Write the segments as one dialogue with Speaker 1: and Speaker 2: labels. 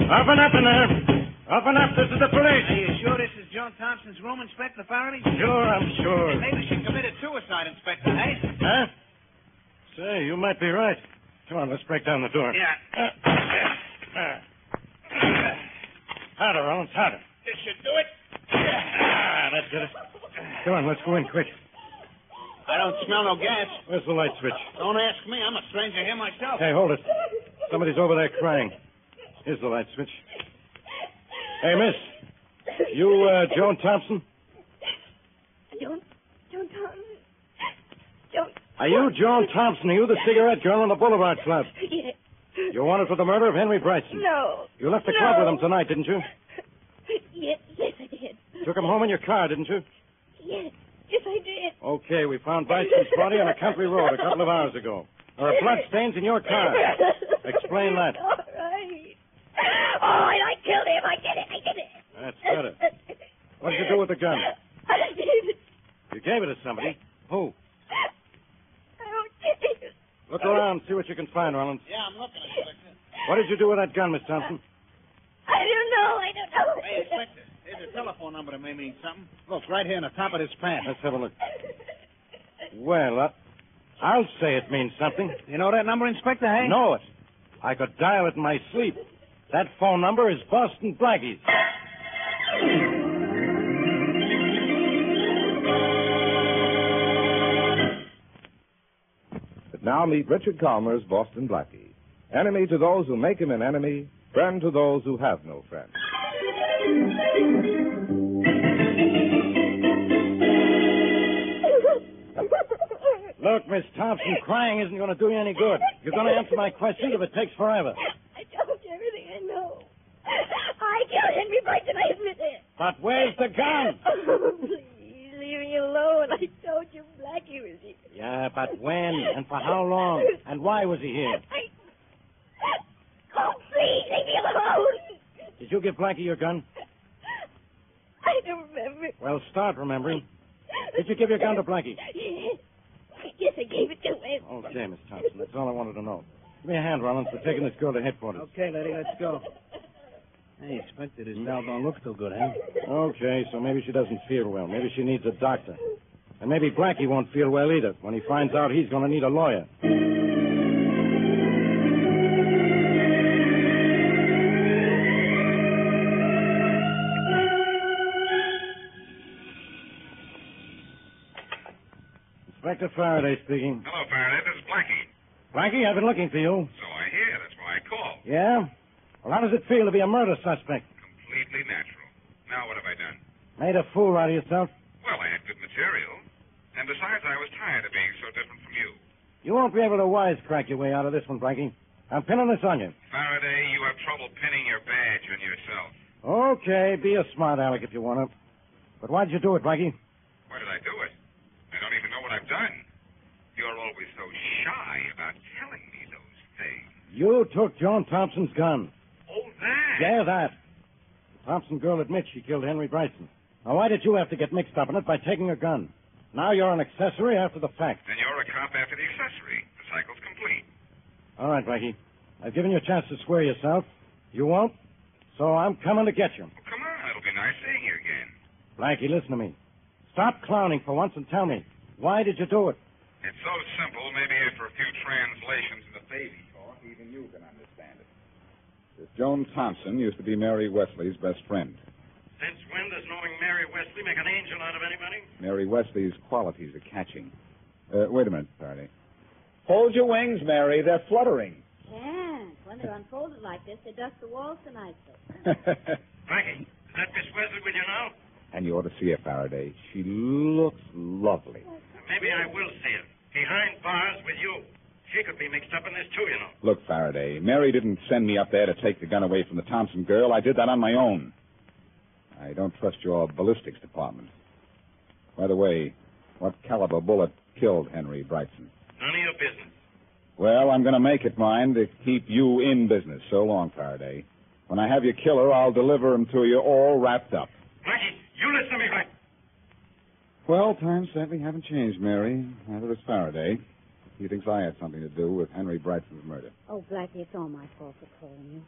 Speaker 1: Open up. Open up. This is the
Speaker 2: Are
Speaker 1: police.
Speaker 2: you sure this is John Thompson's room, Inspector Faraday?
Speaker 1: Sure, I'm sure.
Speaker 2: Maybe she committed suicide, Inspector, hey?
Speaker 1: Huh? Say, you might be right. Come on, let's break down the door.
Speaker 2: Yeah.
Speaker 1: Uh, uh, uh. Harder, Owens, harder.
Speaker 2: This should do it.
Speaker 1: Ah, that did it. Come on, let's go in quick.
Speaker 2: I don't smell no gas.
Speaker 1: Where's the light switch?
Speaker 2: Don't ask me. I'm a stranger here myself.
Speaker 1: Hey, hold it. Somebody's over there crying. Here's the light switch. Hey, miss. You, uh, Joan Thompson?
Speaker 3: Joan, Joan Thompson. Joan.
Speaker 1: Are you Joan Thompson? Are you the cigarette girl in the Boulevard Club?
Speaker 3: Yes.
Speaker 1: You're wanted for the murder of Henry Bryson.
Speaker 3: No.
Speaker 1: You left the
Speaker 3: No.
Speaker 1: club with him tonight, didn't you?
Speaker 3: Yes, yes, I did.
Speaker 1: Took him home in your car, didn't you?
Speaker 3: Yes, yes, I did.
Speaker 1: Okay, we found Bryson's body on a country road a couple of hours ago. There are blood stains in your car. Explain that.
Speaker 3: All right. Oh, and I killed him. I did it. I did it.
Speaker 1: That's better. What did you do with the gun?
Speaker 3: I gave it.
Speaker 1: You gave it to somebody. Who?
Speaker 3: I don't care.
Speaker 1: Look around, see what you can find, Rollins.
Speaker 2: Yeah, I'm looking, Inspector.
Speaker 1: What did you do with that gun, Miss Thompson?
Speaker 3: I don't know. I don't know.
Speaker 2: Hey, Inspector, there's a telephone number that may mean something. Look, right here on the top of this pad.
Speaker 1: Let's have a look. Well, uh, I'll say it means something.
Speaker 2: You know that number, Inspector, hey?
Speaker 1: Know it. I could dial it in my sleep. That phone number is Boston Blackie's.
Speaker 4: But now meet Richard Calmer's Boston Blackie. Enemy to those who make him an enemy, friend to those who have no friend.
Speaker 1: Look, Miss Thompson, crying isn't going to do you any good. You're going to answer my questions if it takes forever.
Speaker 3: I told you everything I know. I killed Henry Bryson. I admit it.
Speaker 1: But where's the gun?
Speaker 3: Oh, please, leave me alone. I told you Blackie was here.
Speaker 1: Yeah, but when and for how long and why was he here?
Speaker 3: I... Oh, please, leave me alone.
Speaker 1: Did you give Blackie your gun?
Speaker 3: I don't remember.
Speaker 1: Well, start remembering. Did you give your gun to Blackie?
Speaker 3: Yes. Yes, I gave it to him.
Speaker 1: Okay, Miss Oh, Thompson, that's all I wanted to know. Give me a hand, Rollins, for taking this girl to headquarters.
Speaker 2: Okay, lady, let's go. Hey, Inspector, this doll don't look so good, huh?
Speaker 1: Okay, so maybe she doesn't feel well. Maybe she needs a doctor. And maybe Blackie won't feel well either when he finds out he's going to need a lawyer. Inspector Faraday speaking.
Speaker 5: Hello, Faraday. This is Blackie.
Speaker 1: Blackie, I've been looking for you.
Speaker 5: So I hear. That's why I called.
Speaker 1: Yeah? Well, how does it feel to be a murder suspect?
Speaker 5: Completely natural. Now, what have I done?
Speaker 1: Made a fool out of yourself?
Speaker 5: Well, I had good material. And besides, I was tired of being so different from you.
Speaker 1: You won't be able to wisecrack your way out of this one, Blackie. I'm pinning this on you.
Speaker 5: Faraday, you have trouble pinning your badge on yourself.
Speaker 1: Okay, be a smart aleck if you want to. But why'd you do it, Blackie?
Speaker 5: Why did I do it? I don't even know what I've done. You're always so shy about telling me those things.
Speaker 1: You took Joan Thompson's gun.
Speaker 5: Oh, that?
Speaker 1: Yeah, that. The Thompson girl admits she killed Henry Bryson. Now, why did you have to get mixed up in it by taking her gun? Now you're an accessory after the fact.
Speaker 5: Then you're a cop after the accessory. The cycle's complete.
Speaker 1: All right, Blackie. I've given you a chance to square yourself. You won't, so I'm coming to get you.
Speaker 5: Well, come on. It'll be nice seeing you again.
Speaker 1: Blackie, listen to me. Stop clowning for once and tell me, why did you do it?
Speaker 5: It's so simple, maybe after a few translations in the baby talk, even you can understand it.
Speaker 4: This Joan Thompson used to be Mary Wesley's best friend.
Speaker 6: Since when does knowing Mary Wesley make an angel out of anybody?
Speaker 4: Mary Wesley's qualities are catching. Uh, wait a minute, Faraday.
Speaker 2: Hold your wings, Mary. They're fluttering.
Speaker 7: Yes, when they're unfolded like this, they dust the walls tonight, sir.
Speaker 6: Blackie, is that Miss Wesley with you now?
Speaker 4: and you ought to see her, Faraday. She looks lovely.
Speaker 6: Maybe I will see her. Behind bars with you. She could be mixed up in this, too, you know.
Speaker 4: Look, Faraday, Mary didn't send me up there to take the gun away from the Thompson girl. I did that on my own. I don't trust your ballistics department. By the way, what caliber bullet killed Henry Brightson?
Speaker 6: None of your business.
Speaker 4: Well, I'm going to make it mine to keep you in business. So long, Faraday. When I have your killer, I'll deliver him to you all wrapped up.
Speaker 6: Blackie, you listen to me, Blackie.
Speaker 4: Well, times certainly haven't changed, Mary. Neither has Faraday. He thinks I had something to do with Henry Brightson's murder.
Speaker 7: Oh, Blackie, it's all my fault for calling you.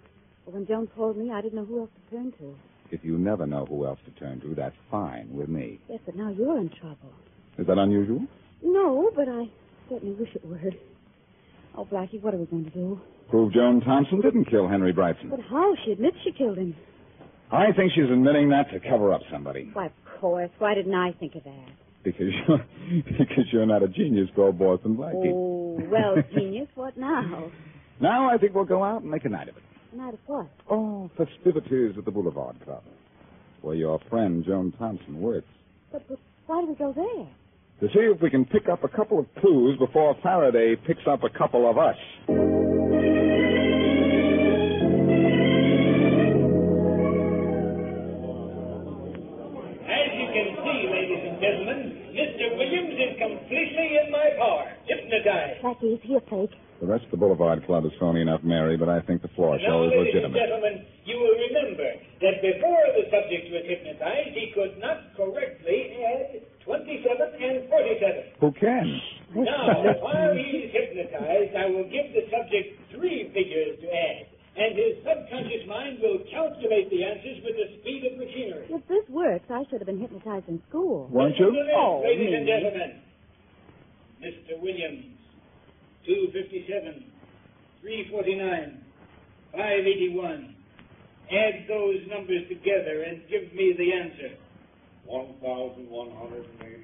Speaker 7: But when Jones called me, I didn't know who else to turn to.
Speaker 4: If you never know who else to turn to, that's fine with me.
Speaker 7: Yes, but now you're in trouble.
Speaker 4: Is that unusual?
Speaker 7: No, but I certainly wish it were. Oh, Blackie, what are we going to do?
Speaker 4: Prove Joan Thompson didn't kill Henry Brightson.
Speaker 7: But how? She admits she killed him.
Speaker 4: I think she's admitting that to cover up somebody.
Speaker 7: Why, of course. Why didn't I think of that?
Speaker 4: Because you're, because you're not a genius, Goldborson Blackie.
Speaker 7: Oh, well, genius, what now?
Speaker 4: Now I think we'll go out and make a night of it.
Speaker 7: Not of what?
Speaker 4: Oh, festivities at the Boulevard Club, where your friend Joan Thompson works.
Speaker 7: But, but why do we go there?
Speaker 4: To see if we can pick up a couple of clues before Faraday picks up a couple of us.
Speaker 8: As you can see, ladies and gentlemen, Mr. Williams is completely in my power, hypnotized.
Speaker 7: Blackie, is he a fake?
Speaker 4: The rest of the Boulevard Club is phony enough, Mary, but I think the floor show
Speaker 8: now,
Speaker 4: is
Speaker 8: ladies and
Speaker 4: legitimate.
Speaker 8: gentlemen, you will remember that before the subject was hypnotized, he could not correctly add 27 and 47.
Speaker 4: Who can?
Speaker 8: Now, while he is hypnotized, I will give the subject three figures to add, and his subconscious mind will calculate the answers with the speed of machinery.
Speaker 7: If this works, I should have been hypnotized in school.
Speaker 4: Won't you?
Speaker 8: Oh, ladies and gentlemen, Mr. Williams, 257, 349, 581. Add those numbers together and give me the answer. 1,187.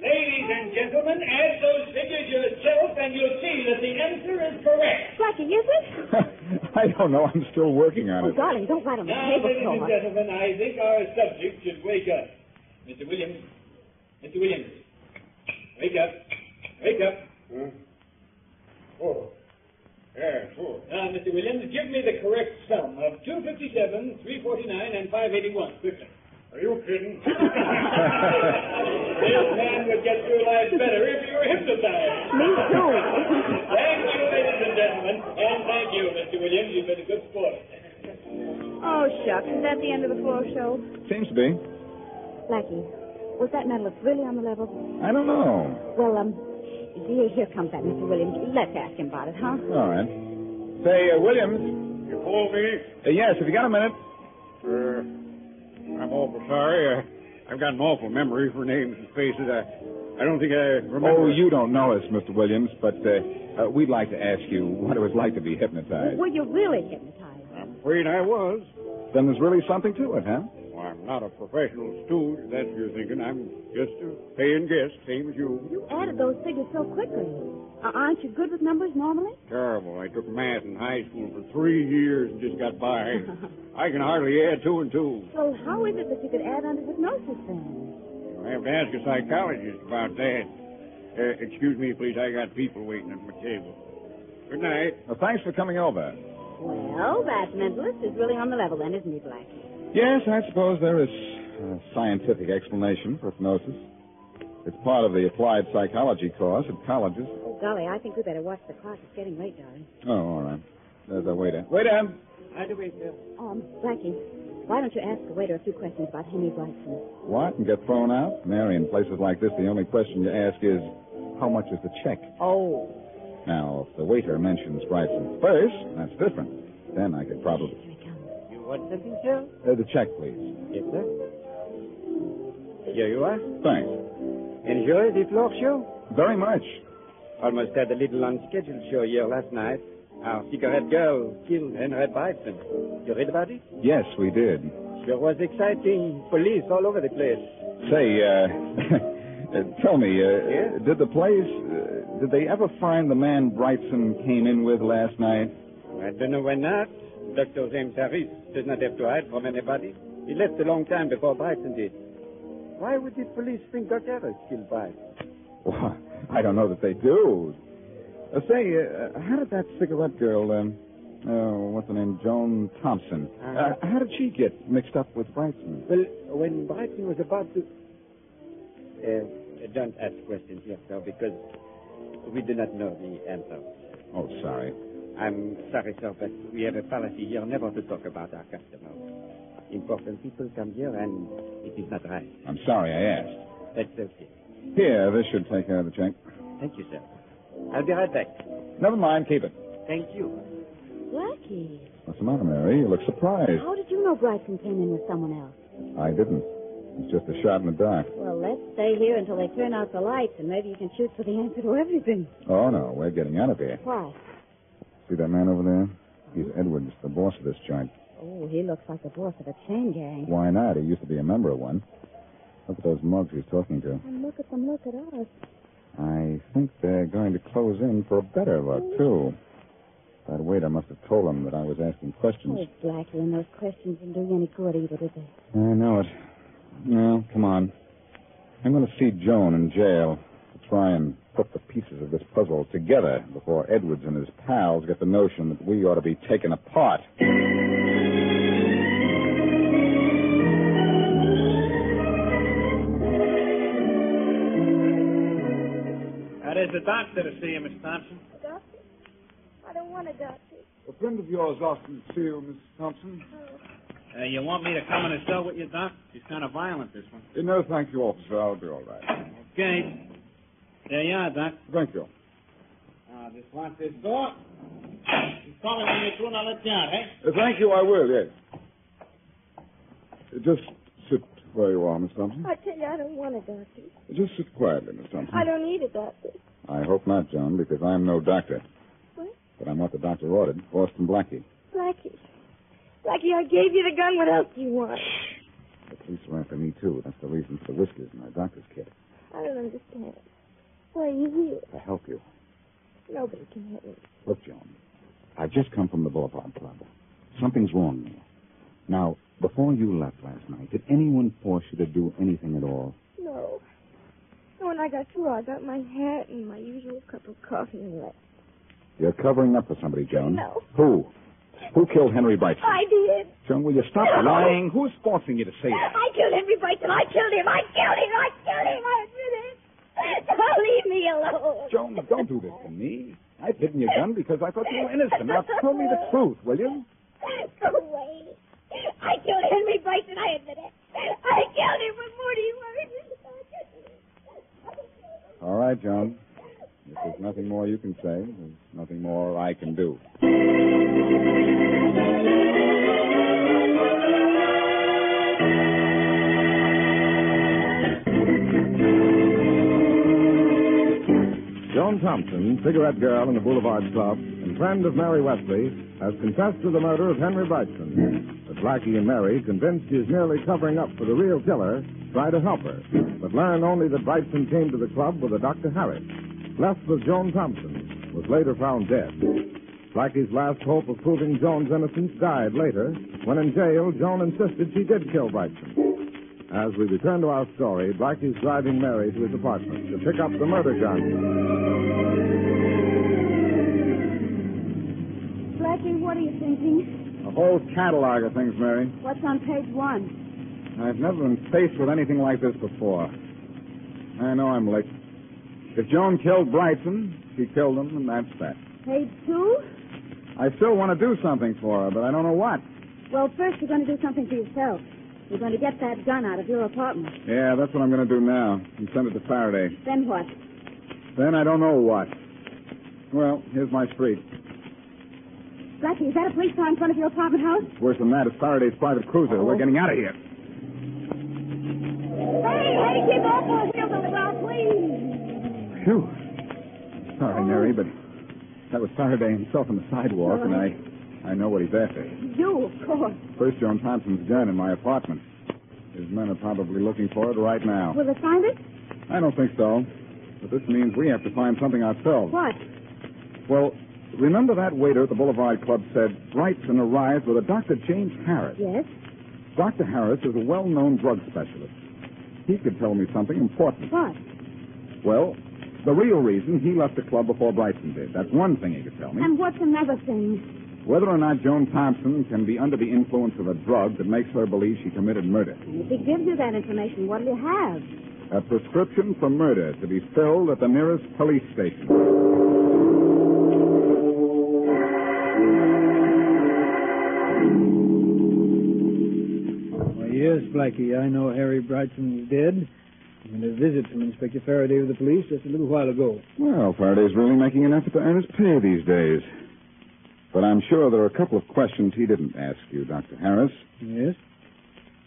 Speaker 8: Ladies and gentlemen, add those figures yourself and you'll see that the answer is correct.
Speaker 7: Blackie, is it?
Speaker 4: I don't know. I'm still working on
Speaker 7: Oh,
Speaker 4: it.
Speaker 7: darling, don't write on the
Speaker 8: Now, ladies and
Speaker 7: tablecloth.
Speaker 8: gentlemen, I think our subject should wake up. Mr. Williams. Mr. Williams. Wake up. Wake up.
Speaker 6: Oh. Hmm? Yeah, sure.
Speaker 8: Now, Mr. Williams, give me the correct sum of 257, 349, and 581, quickly.
Speaker 6: Are you kidding?
Speaker 8: this man would get through life better if he were hypnotized.
Speaker 7: Me too.
Speaker 8: Thank you, ladies and gentlemen, and thank you, Mr. Williams. You've been a good sport.
Speaker 3: Oh, shucks. Is that the end of the floor show?
Speaker 4: Seems to be.
Speaker 7: Blackie, was that medalist really on the level?
Speaker 4: I don't know.
Speaker 7: Well, um, dear, here comes that Mr. Williams. Let's ask him about it, huh?
Speaker 4: All right. Say, uh, Williams.
Speaker 6: You called me?
Speaker 4: Uh, yes, have you got a minute?
Speaker 6: Uh, I'm awful sorry. Uh, I've got an awful memory for names and faces. I, I don't think I
Speaker 4: Oh,
Speaker 6: remember.
Speaker 4: you don't know us, Mr. Williams, but uh, uh, we'd like to ask you what it was like to be hypnotized.
Speaker 7: Were you really hypnotized?
Speaker 6: I'm afraid I was.
Speaker 4: Then there's really something to it, huh?
Speaker 6: Well, I'm not a professional stooge, if that's what you're thinking. I'm just a paying guest, same as you.
Speaker 7: You added those figures so quickly. Uh, aren't you good with numbers normally?
Speaker 6: Terrible. I took math in high school for three years and just got by. I can hardly add two and two.
Speaker 7: Well, how is it that you could add under hypnosis then?
Speaker 6: I have to ask a psychologist about that. Uh, excuse me, please. I got people waiting at my table. Good night.
Speaker 4: Well, thanks for coming over.
Speaker 7: Well, that mentalist is really on the level then, isn't he, Blackie?
Speaker 4: Yes, I suppose there is a scientific explanation for hypnosis. It's part of the applied psychology course at colleges.
Speaker 7: Oh, golly, I think we better watch the clock. It's getting late, darling.
Speaker 4: Oh, all right. There's a waiter. Waiter!
Speaker 7: Um, Blackie, why don't you ask the waiter a few questions about Henry Bryson?
Speaker 4: What? And get thrown out? Mary, in places like this, the only question you ask is, how much is the check?
Speaker 7: Oh.
Speaker 4: Now, if the waiter mentions Bryson first, that's different. Then I could probably.
Speaker 7: Here he comes.
Speaker 2: You want something, sir?
Speaker 4: Uh, the check, please.
Speaker 2: Yes, sir. Here you are.
Speaker 4: Thanks.
Speaker 2: Enjoy the floor show.
Speaker 4: Very much.
Speaker 2: Almost had a little unscheduled show here last night. Our cigarette girl killed Henry Bryson. You read about it?
Speaker 4: Yes, we did.
Speaker 2: Sure was exciting. Police all over the place.
Speaker 4: Say, uh, uh, tell me, uh,
Speaker 2: Yeah?
Speaker 4: did the place, uh, did they ever find the man Brightson came in with last night?
Speaker 2: I don't know why not. Dr. James Harris does not have to hide from anybody. He left a long time before Bryson did. Why would the police think Dr. Harris killed Bryson?
Speaker 4: Well, I don't know that they do. Uh, say, uh, how did that cigarette girl, um, oh, what's her name, Joan Thompson, uh,
Speaker 2: Uh-huh.
Speaker 4: how did she get mixed up with Brightson?
Speaker 2: Well, when Bryson was about to... Uh, don't ask questions here, sir, because we do not know the answer.
Speaker 4: Oh, sorry.
Speaker 2: I'm sorry, sir, but we have a policy here never to talk about our customers. Important people come here, and it is not right.
Speaker 4: I'm sorry I asked.
Speaker 2: That's okay.
Speaker 4: Here, this should take care of the check.
Speaker 2: Thank you, sir. I'll be right back.
Speaker 4: Never mind, keep it.
Speaker 2: Thank you.
Speaker 7: Blackie.
Speaker 4: Well,
Speaker 5: What's the matter, Mary? You look surprised.
Speaker 9: How did you know Bryson came in with someone else?
Speaker 5: I didn't. It's just a shot in the dark.
Speaker 9: Well, let's stay here until they turn out the lights, and maybe you can shoot for the answer to everything.
Speaker 5: Oh, no, we're getting out of here.
Speaker 9: Why?
Speaker 5: See that man over there? He's Edwards, the boss of this joint.
Speaker 9: Oh, he looks like the boss of a chain gang.
Speaker 5: Why not? He used to be a member of one. Look at those mugs he's talking to.
Speaker 9: And look at them look at us.
Speaker 5: I think they're going to close in for a better look, too. That waiter must have told them that I was asking
Speaker 9: Oh,
Speaker 5: questions.
Speaker 9: Blackie, and those questions didn't do you any good either, did they?
Speaker 5: I know it. Well, come on. I'm going to see Joan in jail to try and put the pieces of this puzzle together before Edwards and his pals get the notion that we ought to be taken apart.
Speaker 2: Now, there's a doctor to see you, Miss Thompson.
Speaker 7: Doctor? I don't want a doctor.
Speaker 4: A friend of yours asked me to see you, Mrs. Thompson.
Speaker 2: Uh, you want me to come in and cell with you, Doc? She's kind of violent, this one.
Speaker 4: Eh, No, thank you, officer. I'll be all right.
Speaker 2: Okay. There you are, Doc.
Speaker 4: Thank you.
Speaker 2: Now, just lock this door. She's calling when you're through, and I'll let you out, eh?
Speaker 4: Eh, Thank you, I will, yes. Eh, Just sit where you are, Miss Thompson. Uh,
Speaker 7: I tell you, I don't want a doctor.
Speaker 4: Just sit quietly, Miss Thompson.
Speaker 7: I don't need a doctor.
Speaker 5: I hope not, Joan, because I'm no doctor.
Speaker 7: What?
Speaker 5: But I'm what the doctor ordered, Boston Blackie.
Speaker 7: Blackie. Blackie, I gave you the gun. What else do you want?
Speaker 5: The police are after me, too. That's the reason for the whiskers and my doctor's kit.
Speaker 7: I don't understand. Why are you
Speaker 5: To help you.
Speaker 7: here? Nobody can help me.
Speaker 5: Look, Joan, I've just come from the Boulevard Club. Something's wrong there. Now, before you left last night, did anyone force you to do anything at all?
Speaker 7: No. No, when I got through, I got my hat and my usual cup of coffee and left.
Speaker 5: You're covering up for somebody, Joan.
Speaker 7: No.
Speaker 5: Who? Who killed Henry Bryson?
Speaker 7: I did.
Speaker 5: Joan, will you stop
Speaker 7: No.
Speaker 5: lying? Who's forcing you to say that?
Speaker 7: I killed Henry Bryson. I killed him. I killed him. I killed him. I admit it. Now leave me alone.
Speaker 5: Joan, don't do this to me. I've hidden your gun because I thought you were innocent. Now tell me the truth, will you?
Speaker 7: Go away. I killed Henry Bryson. I admit it. I killed him with Morty Larson.
Speaker 5: All right, Joan. If there's nothing more you can say, there's nothing more I can do.
Speaker 4: Joan Thompson, cigarette girl in the Boulevard Club, and friend of Mary Wesley, has confessed to the murder of Henry Bryson. But Blackie and Mary, convinced she is merely covering up for the real killer, try to help her, but learn only that Bryson came to the club with a Dr. Harris, left with Joan Thompson, was later found dead. Blackie's last hope of proving Joan's innocence died later, when in jail, Joan insisted she did kill Bryson. As we return to our story, Blackie's driving Mary to his apartment to pick up the murder gun.
Speaker 9: Blackie, what are you thinking?
Speaker 5: A whole catalog of things, Mary.
Speaker 9: What's on page one?
Speaker 5: I've never been faced with anything like this before. I know I'm licked. If Joan killed Bryson, she killed him, and that's that.
Speaker 9: Page two?
Speaker 5: I still want to do something for her, but I don't know what.
Speaker 9: Well, first you're going to do something for yourself. You're going to get that gun out of your apartment.
Speaker 5: Yeah, that's what I'm going to do now. And send it to Faraday.
Speaker 9: Then what?
Speaker 5: Then I don't know what. Well, here's my street.
Speaker 9: Blackie, is that a police car in front of your apartment house?
Speaker 5: It's worse than that. It's Faraday's private cruiser. We're getting out of here.
Speaker 9: Hey, hey, give all those heels on the ground, oh, please.
Speaker 5: Phew. Sorry, Mary, but that was Faraday himself on the sidewalk, and I, I know what he's after.
Speaker 9: You, of course.
Speaker 5: First, Joan Thompson's gun in my apartment. His men are probably looking for it right now.
Speaker 9: Will they find it?
Speaker 5: I don't think so. But this means we have to find something ourselves.
Speaker 9: What?
Speaker 5: Well, remember that waiter at the Boulevard Club said Brightson arrived with a Dr. James Harris.
Speaker 9: Yes.
Speaker 5: Dr. Harris is a well-known drug specialist. He could tell me something important.
Speaker 9: What?
Speaker 5: Well, the real reason he left the club before Brightson did. That's one thing he could tell me.
Speaker 9: And what's another thing?
Speaker 5: Whether or not Joan Thompson can be under the influence of a drug that makes her believe she committed murder.
Speaker 9: And if he gives you that information, what'll you have?
Speaker 5: A prescription for murder to be filled at the nearest police station.
Speaker 10: Why, yes, Blackie, I know Harry Brightson is dead. And a visit from Inspector Faraday of the police just a little while ago.
Speaker 5: Well, Faraday's really making an effort to earn his pay these days.
Speaker 4: But I'm sure there are a couple of questions he didn't ask you, Dr. Harris.
Speaker 1: Yes?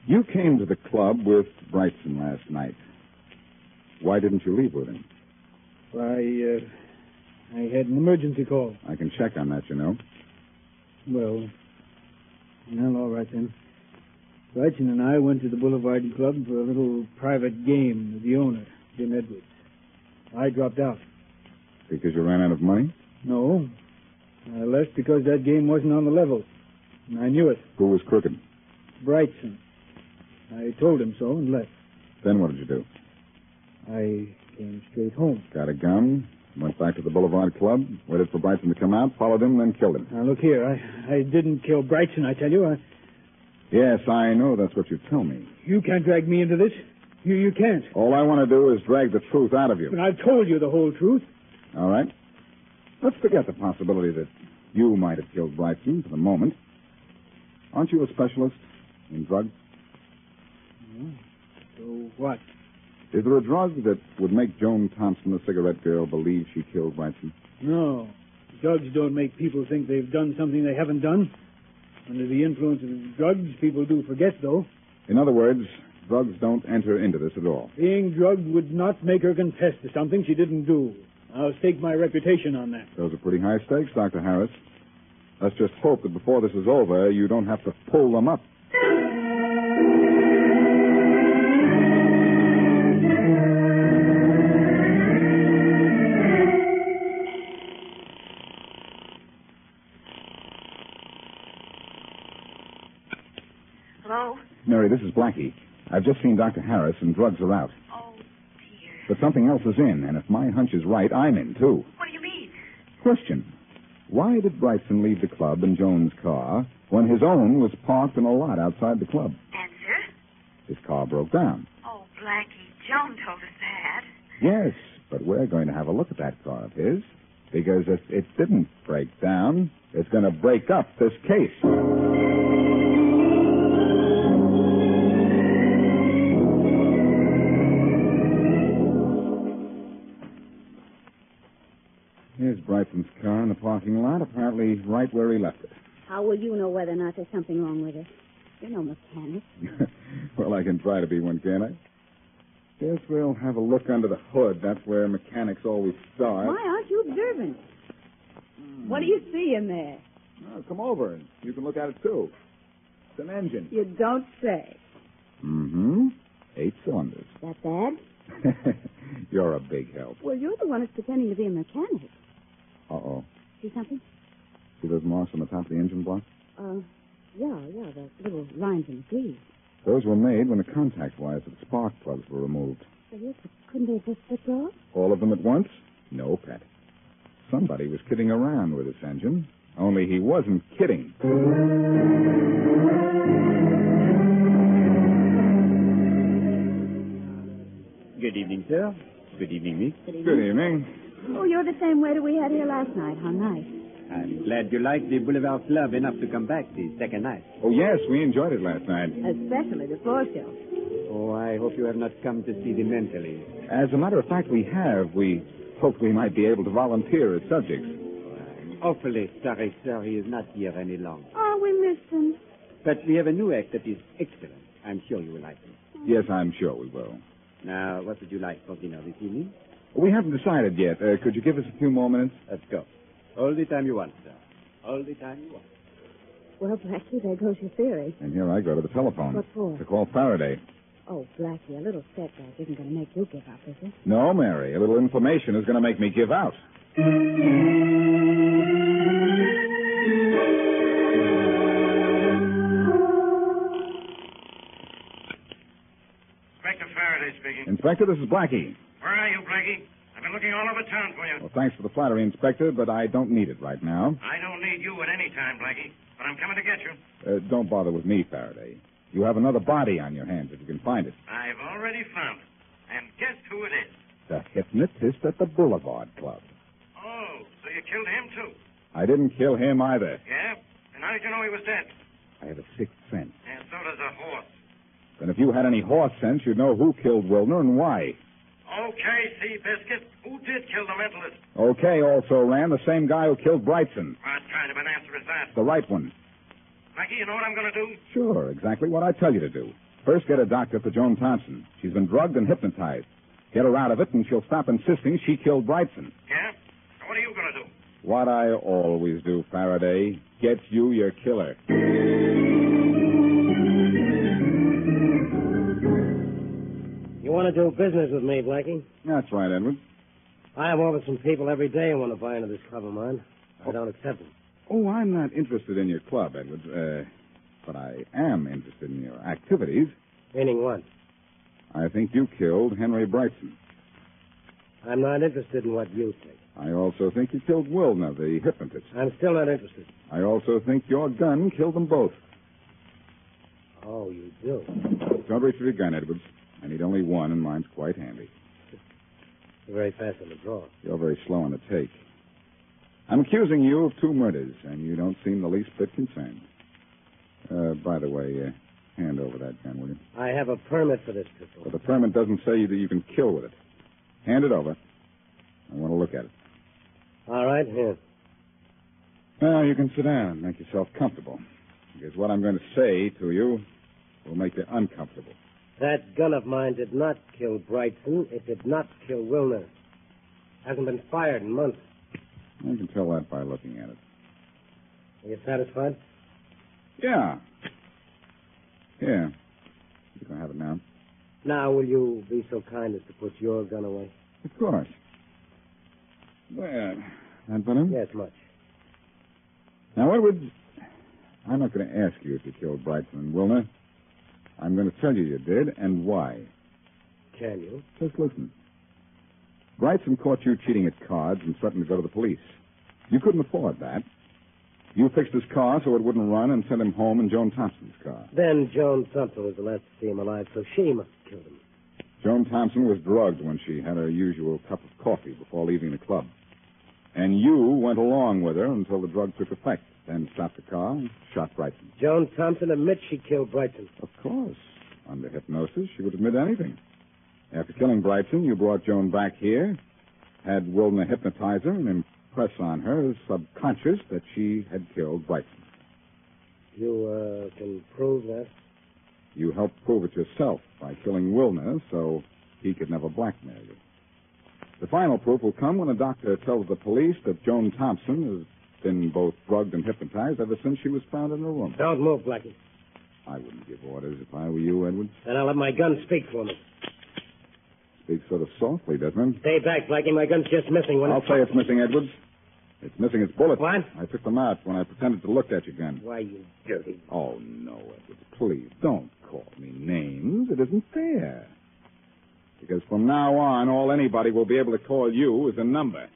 Speaker 4: You came to the club with Brightson last night. Why didn't you leave with him?
Speaker 1: Why, uh, I had an emergency call.
Speaker 4: I can check on that, you know.
Speaker 1: Well, well, all right then. Bryson and I went to the Boulevard Club for a little private game with the owner, Jim Edwards. I dropped out.
Speaker 4: Because you ran out of money?
Speaker 1: No, I left because that game wasn't on the level, and I knew it.
Speaker 4: Who was crooked?
Speaker 1: Brightson. I told him so and left.
Speaker 4: Then what did you do?
Speaker 1: I came straight home.
Speaker 4: Got a gun, went back to the Boulevard Club, waited for Brightson to come out, followed him, then killed him.
Speaker 1: Now look here, I, I didn't kill Brightson, I tell you. I,
Speaker 4: Yes, I know that's what you tell me.
Speaker 1: you can't drag me into this. You you can't.
Speaker 4: All I want to do is drag the truth out of you.
Speaker 1: But I've told you the whole truth.
Speaker 4: All right? Let's forget the possibility that you might have killed Brightson for the moment. Aren't you a specialist in drugs?
Speaker 1: So what?
Speaker 4: Is there a drug that would make Joan Thompson, the cigarette girl, believe she killed Brightson?
Speaker 1: No. Drugs don't make people think they've done something they haven't done. Under the influence of drugs, people do forget, though.
Speaker 4: In other words, drugs don't enter into this at all.
Speaker 1: Being drugged would not make her confess to something she didn't do. I'll stake my reputation on that.
Speaker 4: Those are pretty high stakes, Dr. Harris. Let's just hope that before this is over, you don't have to pull them up.
Speaker 11: Hello?
Speaker 4: Mary, this is Blackie. I've just seen Dr. Harris, and drugs are out.
Speaker 11: Oh,
Speaker 4: But something else is in, and if my hunch is right, I'm in, too.
Speaker 11: what do you mean?
Speaker 4: Question. Why did Bryson leave the club in Jones' car when his own was parked in a lot outside the club?
Speaker 11: Answer?
Speaker 4: His car broke down.
Speaker 11: Oh, Blackie, Joan told us that.
Speaker 4: Yes, but we're going to have a look at that car of his. Because if it didn't break down, it's going to break up this case. Here's Bryson's car in the parking lot, apparently right where he left it.
Speaker 7: How will you know whether or not there's something wrong with it? You're no mechanic.
Speaker 4: well, I can try to be one, can't I? Guess we'll have a look under the hood. That's where mechanics always start.
Speaker 7: Why aren't you observant? What do you see in there?
Speaker 4: Oh, come over and you can look at it too. It's an engine.
Speaker 7: You don't say.
Speaker 4: Mm-hmm. Eight cylinders.
Speaker 7: That bad?
Speaker 4: You're a big help.
Speaker 7: Well, you're the one that's pretending to be a mechanic.
Speaker 4: Uh-oh.
Speaker 7: See something?
Speaker 4: See those marks on the top of the engine block?
Speaker 7: Uh, yeah, yeah, the little lines and grease.
Speaker 4: Those were made when the contact wires of the spark plugs were removed.
Speaker 7: But look, couldn't they have just flipped off?
Speaker 4: All of them at once? No, Pet. Somebody was kidding around with this engine. Only he wasn't kidding.
Speaker 12: Good evening, sir. Good evening, miss.
Speaker 7: Good
Speaker 4: Good evening.
Speaker 7: Oh, you're the same waiter we had here last night. How nice.
Speaker 12: I'm glad you liked the Boulevard Club enough to come back the second night.
Speaker 4: Oh, yes, we enjoyed it last night.
Speaker 7: Especially the floor show.
Speaker 12: Oh, I hope you have not come to see the mentally.
Speaker 4: As a matter of fact, we have. We hoped we might be able to volunteer as subjects.
Speaker 12: I'm awfully sorry, sir, he is not here any longer.
Speaker 7: Oh, we missed him.
Speaker 12: But we have a new act that is excellent. I'm sure you will like it.
Speaker 4: Yes, I'm sure we will.
Speaker 12: Now, what would you like for dinner this evening?
Speaker 4: We haven't decided yet. Uh, could you give us a few more minutes?
Speaker 12: Let's go. All the time you want, sir. All the time you want.
Speaker 7: Well, Blackie, there goes your theory.
Speaker 4: And here I go to the telephone.
Speaker 7: What for?
Speaker 4: To call Faraday.
Speaker 7: Oh, Blackie, a little setback isn't going to make you give up, is it?
Speaker 4: No, Mary. A little information is going to make me give out.
Speaker 5: Inspector Faraday speaking.
Speaker 4: Inspector, this is Blackie.
Speaker 5: Where are you, Blackie? I've been looking all over town for you.
Speaker 4: Well, thanks for the flattery, Inspector, but I don't need it right now.
Speaker 5: I don't need you at any time, Blackie, but I'm coming to get you.
Speaker 4: Uh, don't bother with me, Faraday. You have another body on your hands if you can find it.
Speaker 5: I've already found it. And guess who it is?
Speaker 4: The hypnotist at the Boulevard Club.
Speaker 5: Oh, so you killed him, too?
Speaker 4: I didn't kill him either.
Speaker 5: Yeah? And how did you know he was dead?
Speaker 4: I have a sixth sense.
Speaker 5: And so does a horse.
Speaker 4: Then if you had any horse sense, you'd know who killed Wilner and why.
Speaker 5: Okay, Seabiscuit. Who did kill the mentalist?
Speaker 4: Okay also ran the same guy who killed Brightson,
Speaker 5: What kind of an answer is that?
Speaker 4: the right one.
Speaker 5: Blackie, you know what I'm going to do?
Speaker 4: Sure, exactly what I tell you to do. First, get a doctor for Joan Thompson. She's been drugged and hypnotized. Get her out of it, and she'll stop insisting she killed Brightson.
Speaker 5: Yeah? Now, what are you going to do?
Speaker 4: What I always do, Faraday, get you your killer.
Speaker 1: You want to do business with me, Blackie?
Speaker 4: That's right, Edward.
Speaker 1: I have over some people every day who want to buy into this club of mine. I don't accept them.
Speaker 4: Oh, I'm not interested in your club, Edward. Uh, but I am interested in your activities.
Speaker 1: Meaning what?
Speaker 4: I think you killed Henry Brightson.
Speaker 1: I'm not interested in what you think.
Speaker 4: I also think you killed Wilner, the hypnotist.
Speaker 1: I'm still not interested.
Speaker 4: I also think your gun killed them both.
Speaker 1: Oh, you do?
Speaker 4: Don't reach for your gun, Edwards. I need only one, and mine's quite handy.
Speaker 1: You're very fast on the draw.
Speaker 4: You're very slow on the take. I'm accusing you of two murders, and you don't seem the least bit concerned. Uh, by the way, uh, hand over that gun, will you?
Speaker 1: I have a permit for this pistol.
Speaker 4: But the permit doesn't say that you can kill with it. Hand it over. I want to look at it.
Speaker 1: All right, here.
Speaker 4: Now, you can sit down and make yourself comfortable. Because what I'm going to say to you will make you uncomfortable.
Speaker 1: That gun of mine did not kill Brightson. It did not kill Wilner. Hasn't been fired in months.
Speaker 4: I can tell that by looking at it.
Speaker 1: Are you satisfied?
Speaker 4: Yeah. Yeah. You can have it now.
Speaker 1: Now, will you be so kind as to put your gun away?
Speaker 4: Of course. Well, that venom?
Speaker 1: Yes, much.
Speaker 4: Now, Edward, I'm not going to ask you if you killed Brightson and Wilner. I'm going to tell you you did and why.
Speaker 1: Can you?
Speaker 4: Just listen. Brightson caught you cheating at cards and threatened to go to the police. You couldn't afford that. You fixed his car so it wouldn't run and sent him home in Joan Thompson's car.
Speaker 1: Then Joan Thompson was the last to see him alive, so she must have killed him.
Speaker 4: Joan Thompson was drugged when she had her usual cup of coffee before leaving the club. And you went along with her until the drug took effect, then stopped the car and shot Brightson.
Speaker 1: Joan Thompson admits she killed Brightson.
Speaker 4: Of course. Under hypnosis, she would admit anything. After killing Brightson, you brought Joan back here, had Wilner hypnotize her, and impress on her subconscious that she had killed Brightson.
Speaker 1: You uh, can prove that.
Speaker 4: You helped prove it yourself by killing Wilner so he could never blackmail you. The final proof will come when a doctor tells the police that Joan Thompson has been both drugged and hypnotized ever since she was found in her room.
Speaker 1: Don't move, Blackie.
Speaker 4: I wouldn't give orders if I were you, Edward.
Speaker 1: And I'll let my gun speak for me.
Speaker 4: Speaks sort of softly, doesn't it?
Speaker 1: Stay back, Blackie. My gun's just missing when
Speaker 4: I'll
Speaker 1: it...
Speaker 4: say it's missing, Edwards. It's missing its bullets. What? I took them out when I pretended to look at your gun.
Speaker 1: Why, you dirty...
Speaker 4: Oh, no, Edwards. Please, don't call me names. It isn't fair. Because from now on, all anybody will be able to call you is a number.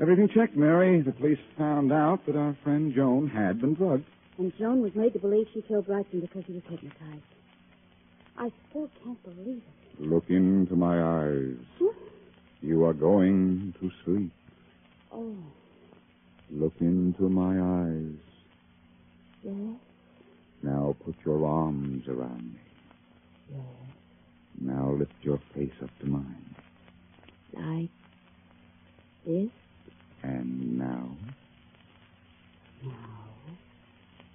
Speaker 4: Everything checked, Mary. The police found out that our friend Joan had been drugged.
Speaker 7: And Joan was made to believe she killed Brightson because he was hypnotized. I still can't believe it.
Speaker 4: Look into my eyes. You are going to sleep.
Speaker 7: Oh,
Speaker 4: Look into my eyes.
Speaker 7: yes,
Speaker 4: Now put your arms around me.
Speaker 7: yes.
Speaker 4: Now lift your face up to mine.
Speaker 7: Like this?
Speaker 4: And now
Speaker 7: No.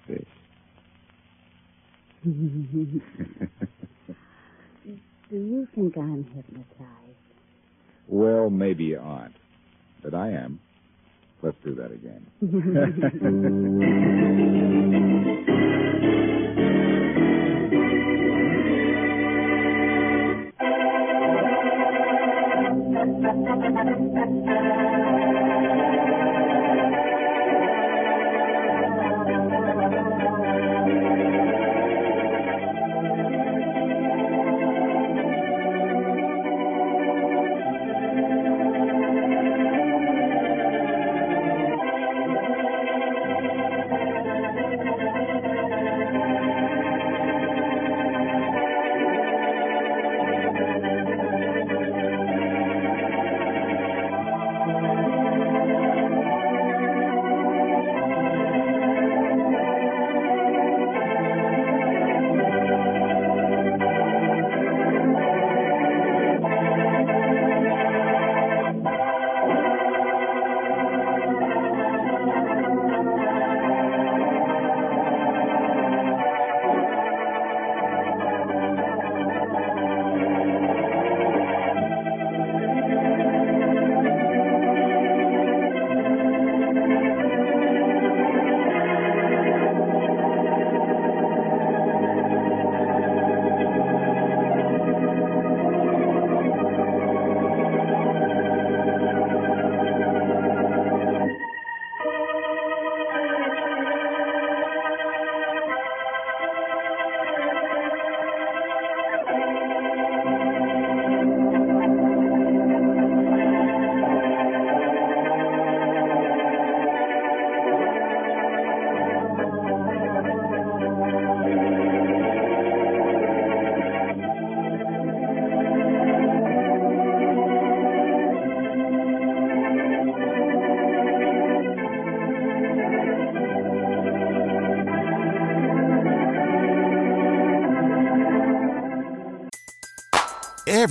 Speaker 4: this.
Speaker 7: Do you think I'm hypnotized?
Speaker 4: well, maybe you aren't. But I am. Let's do that again.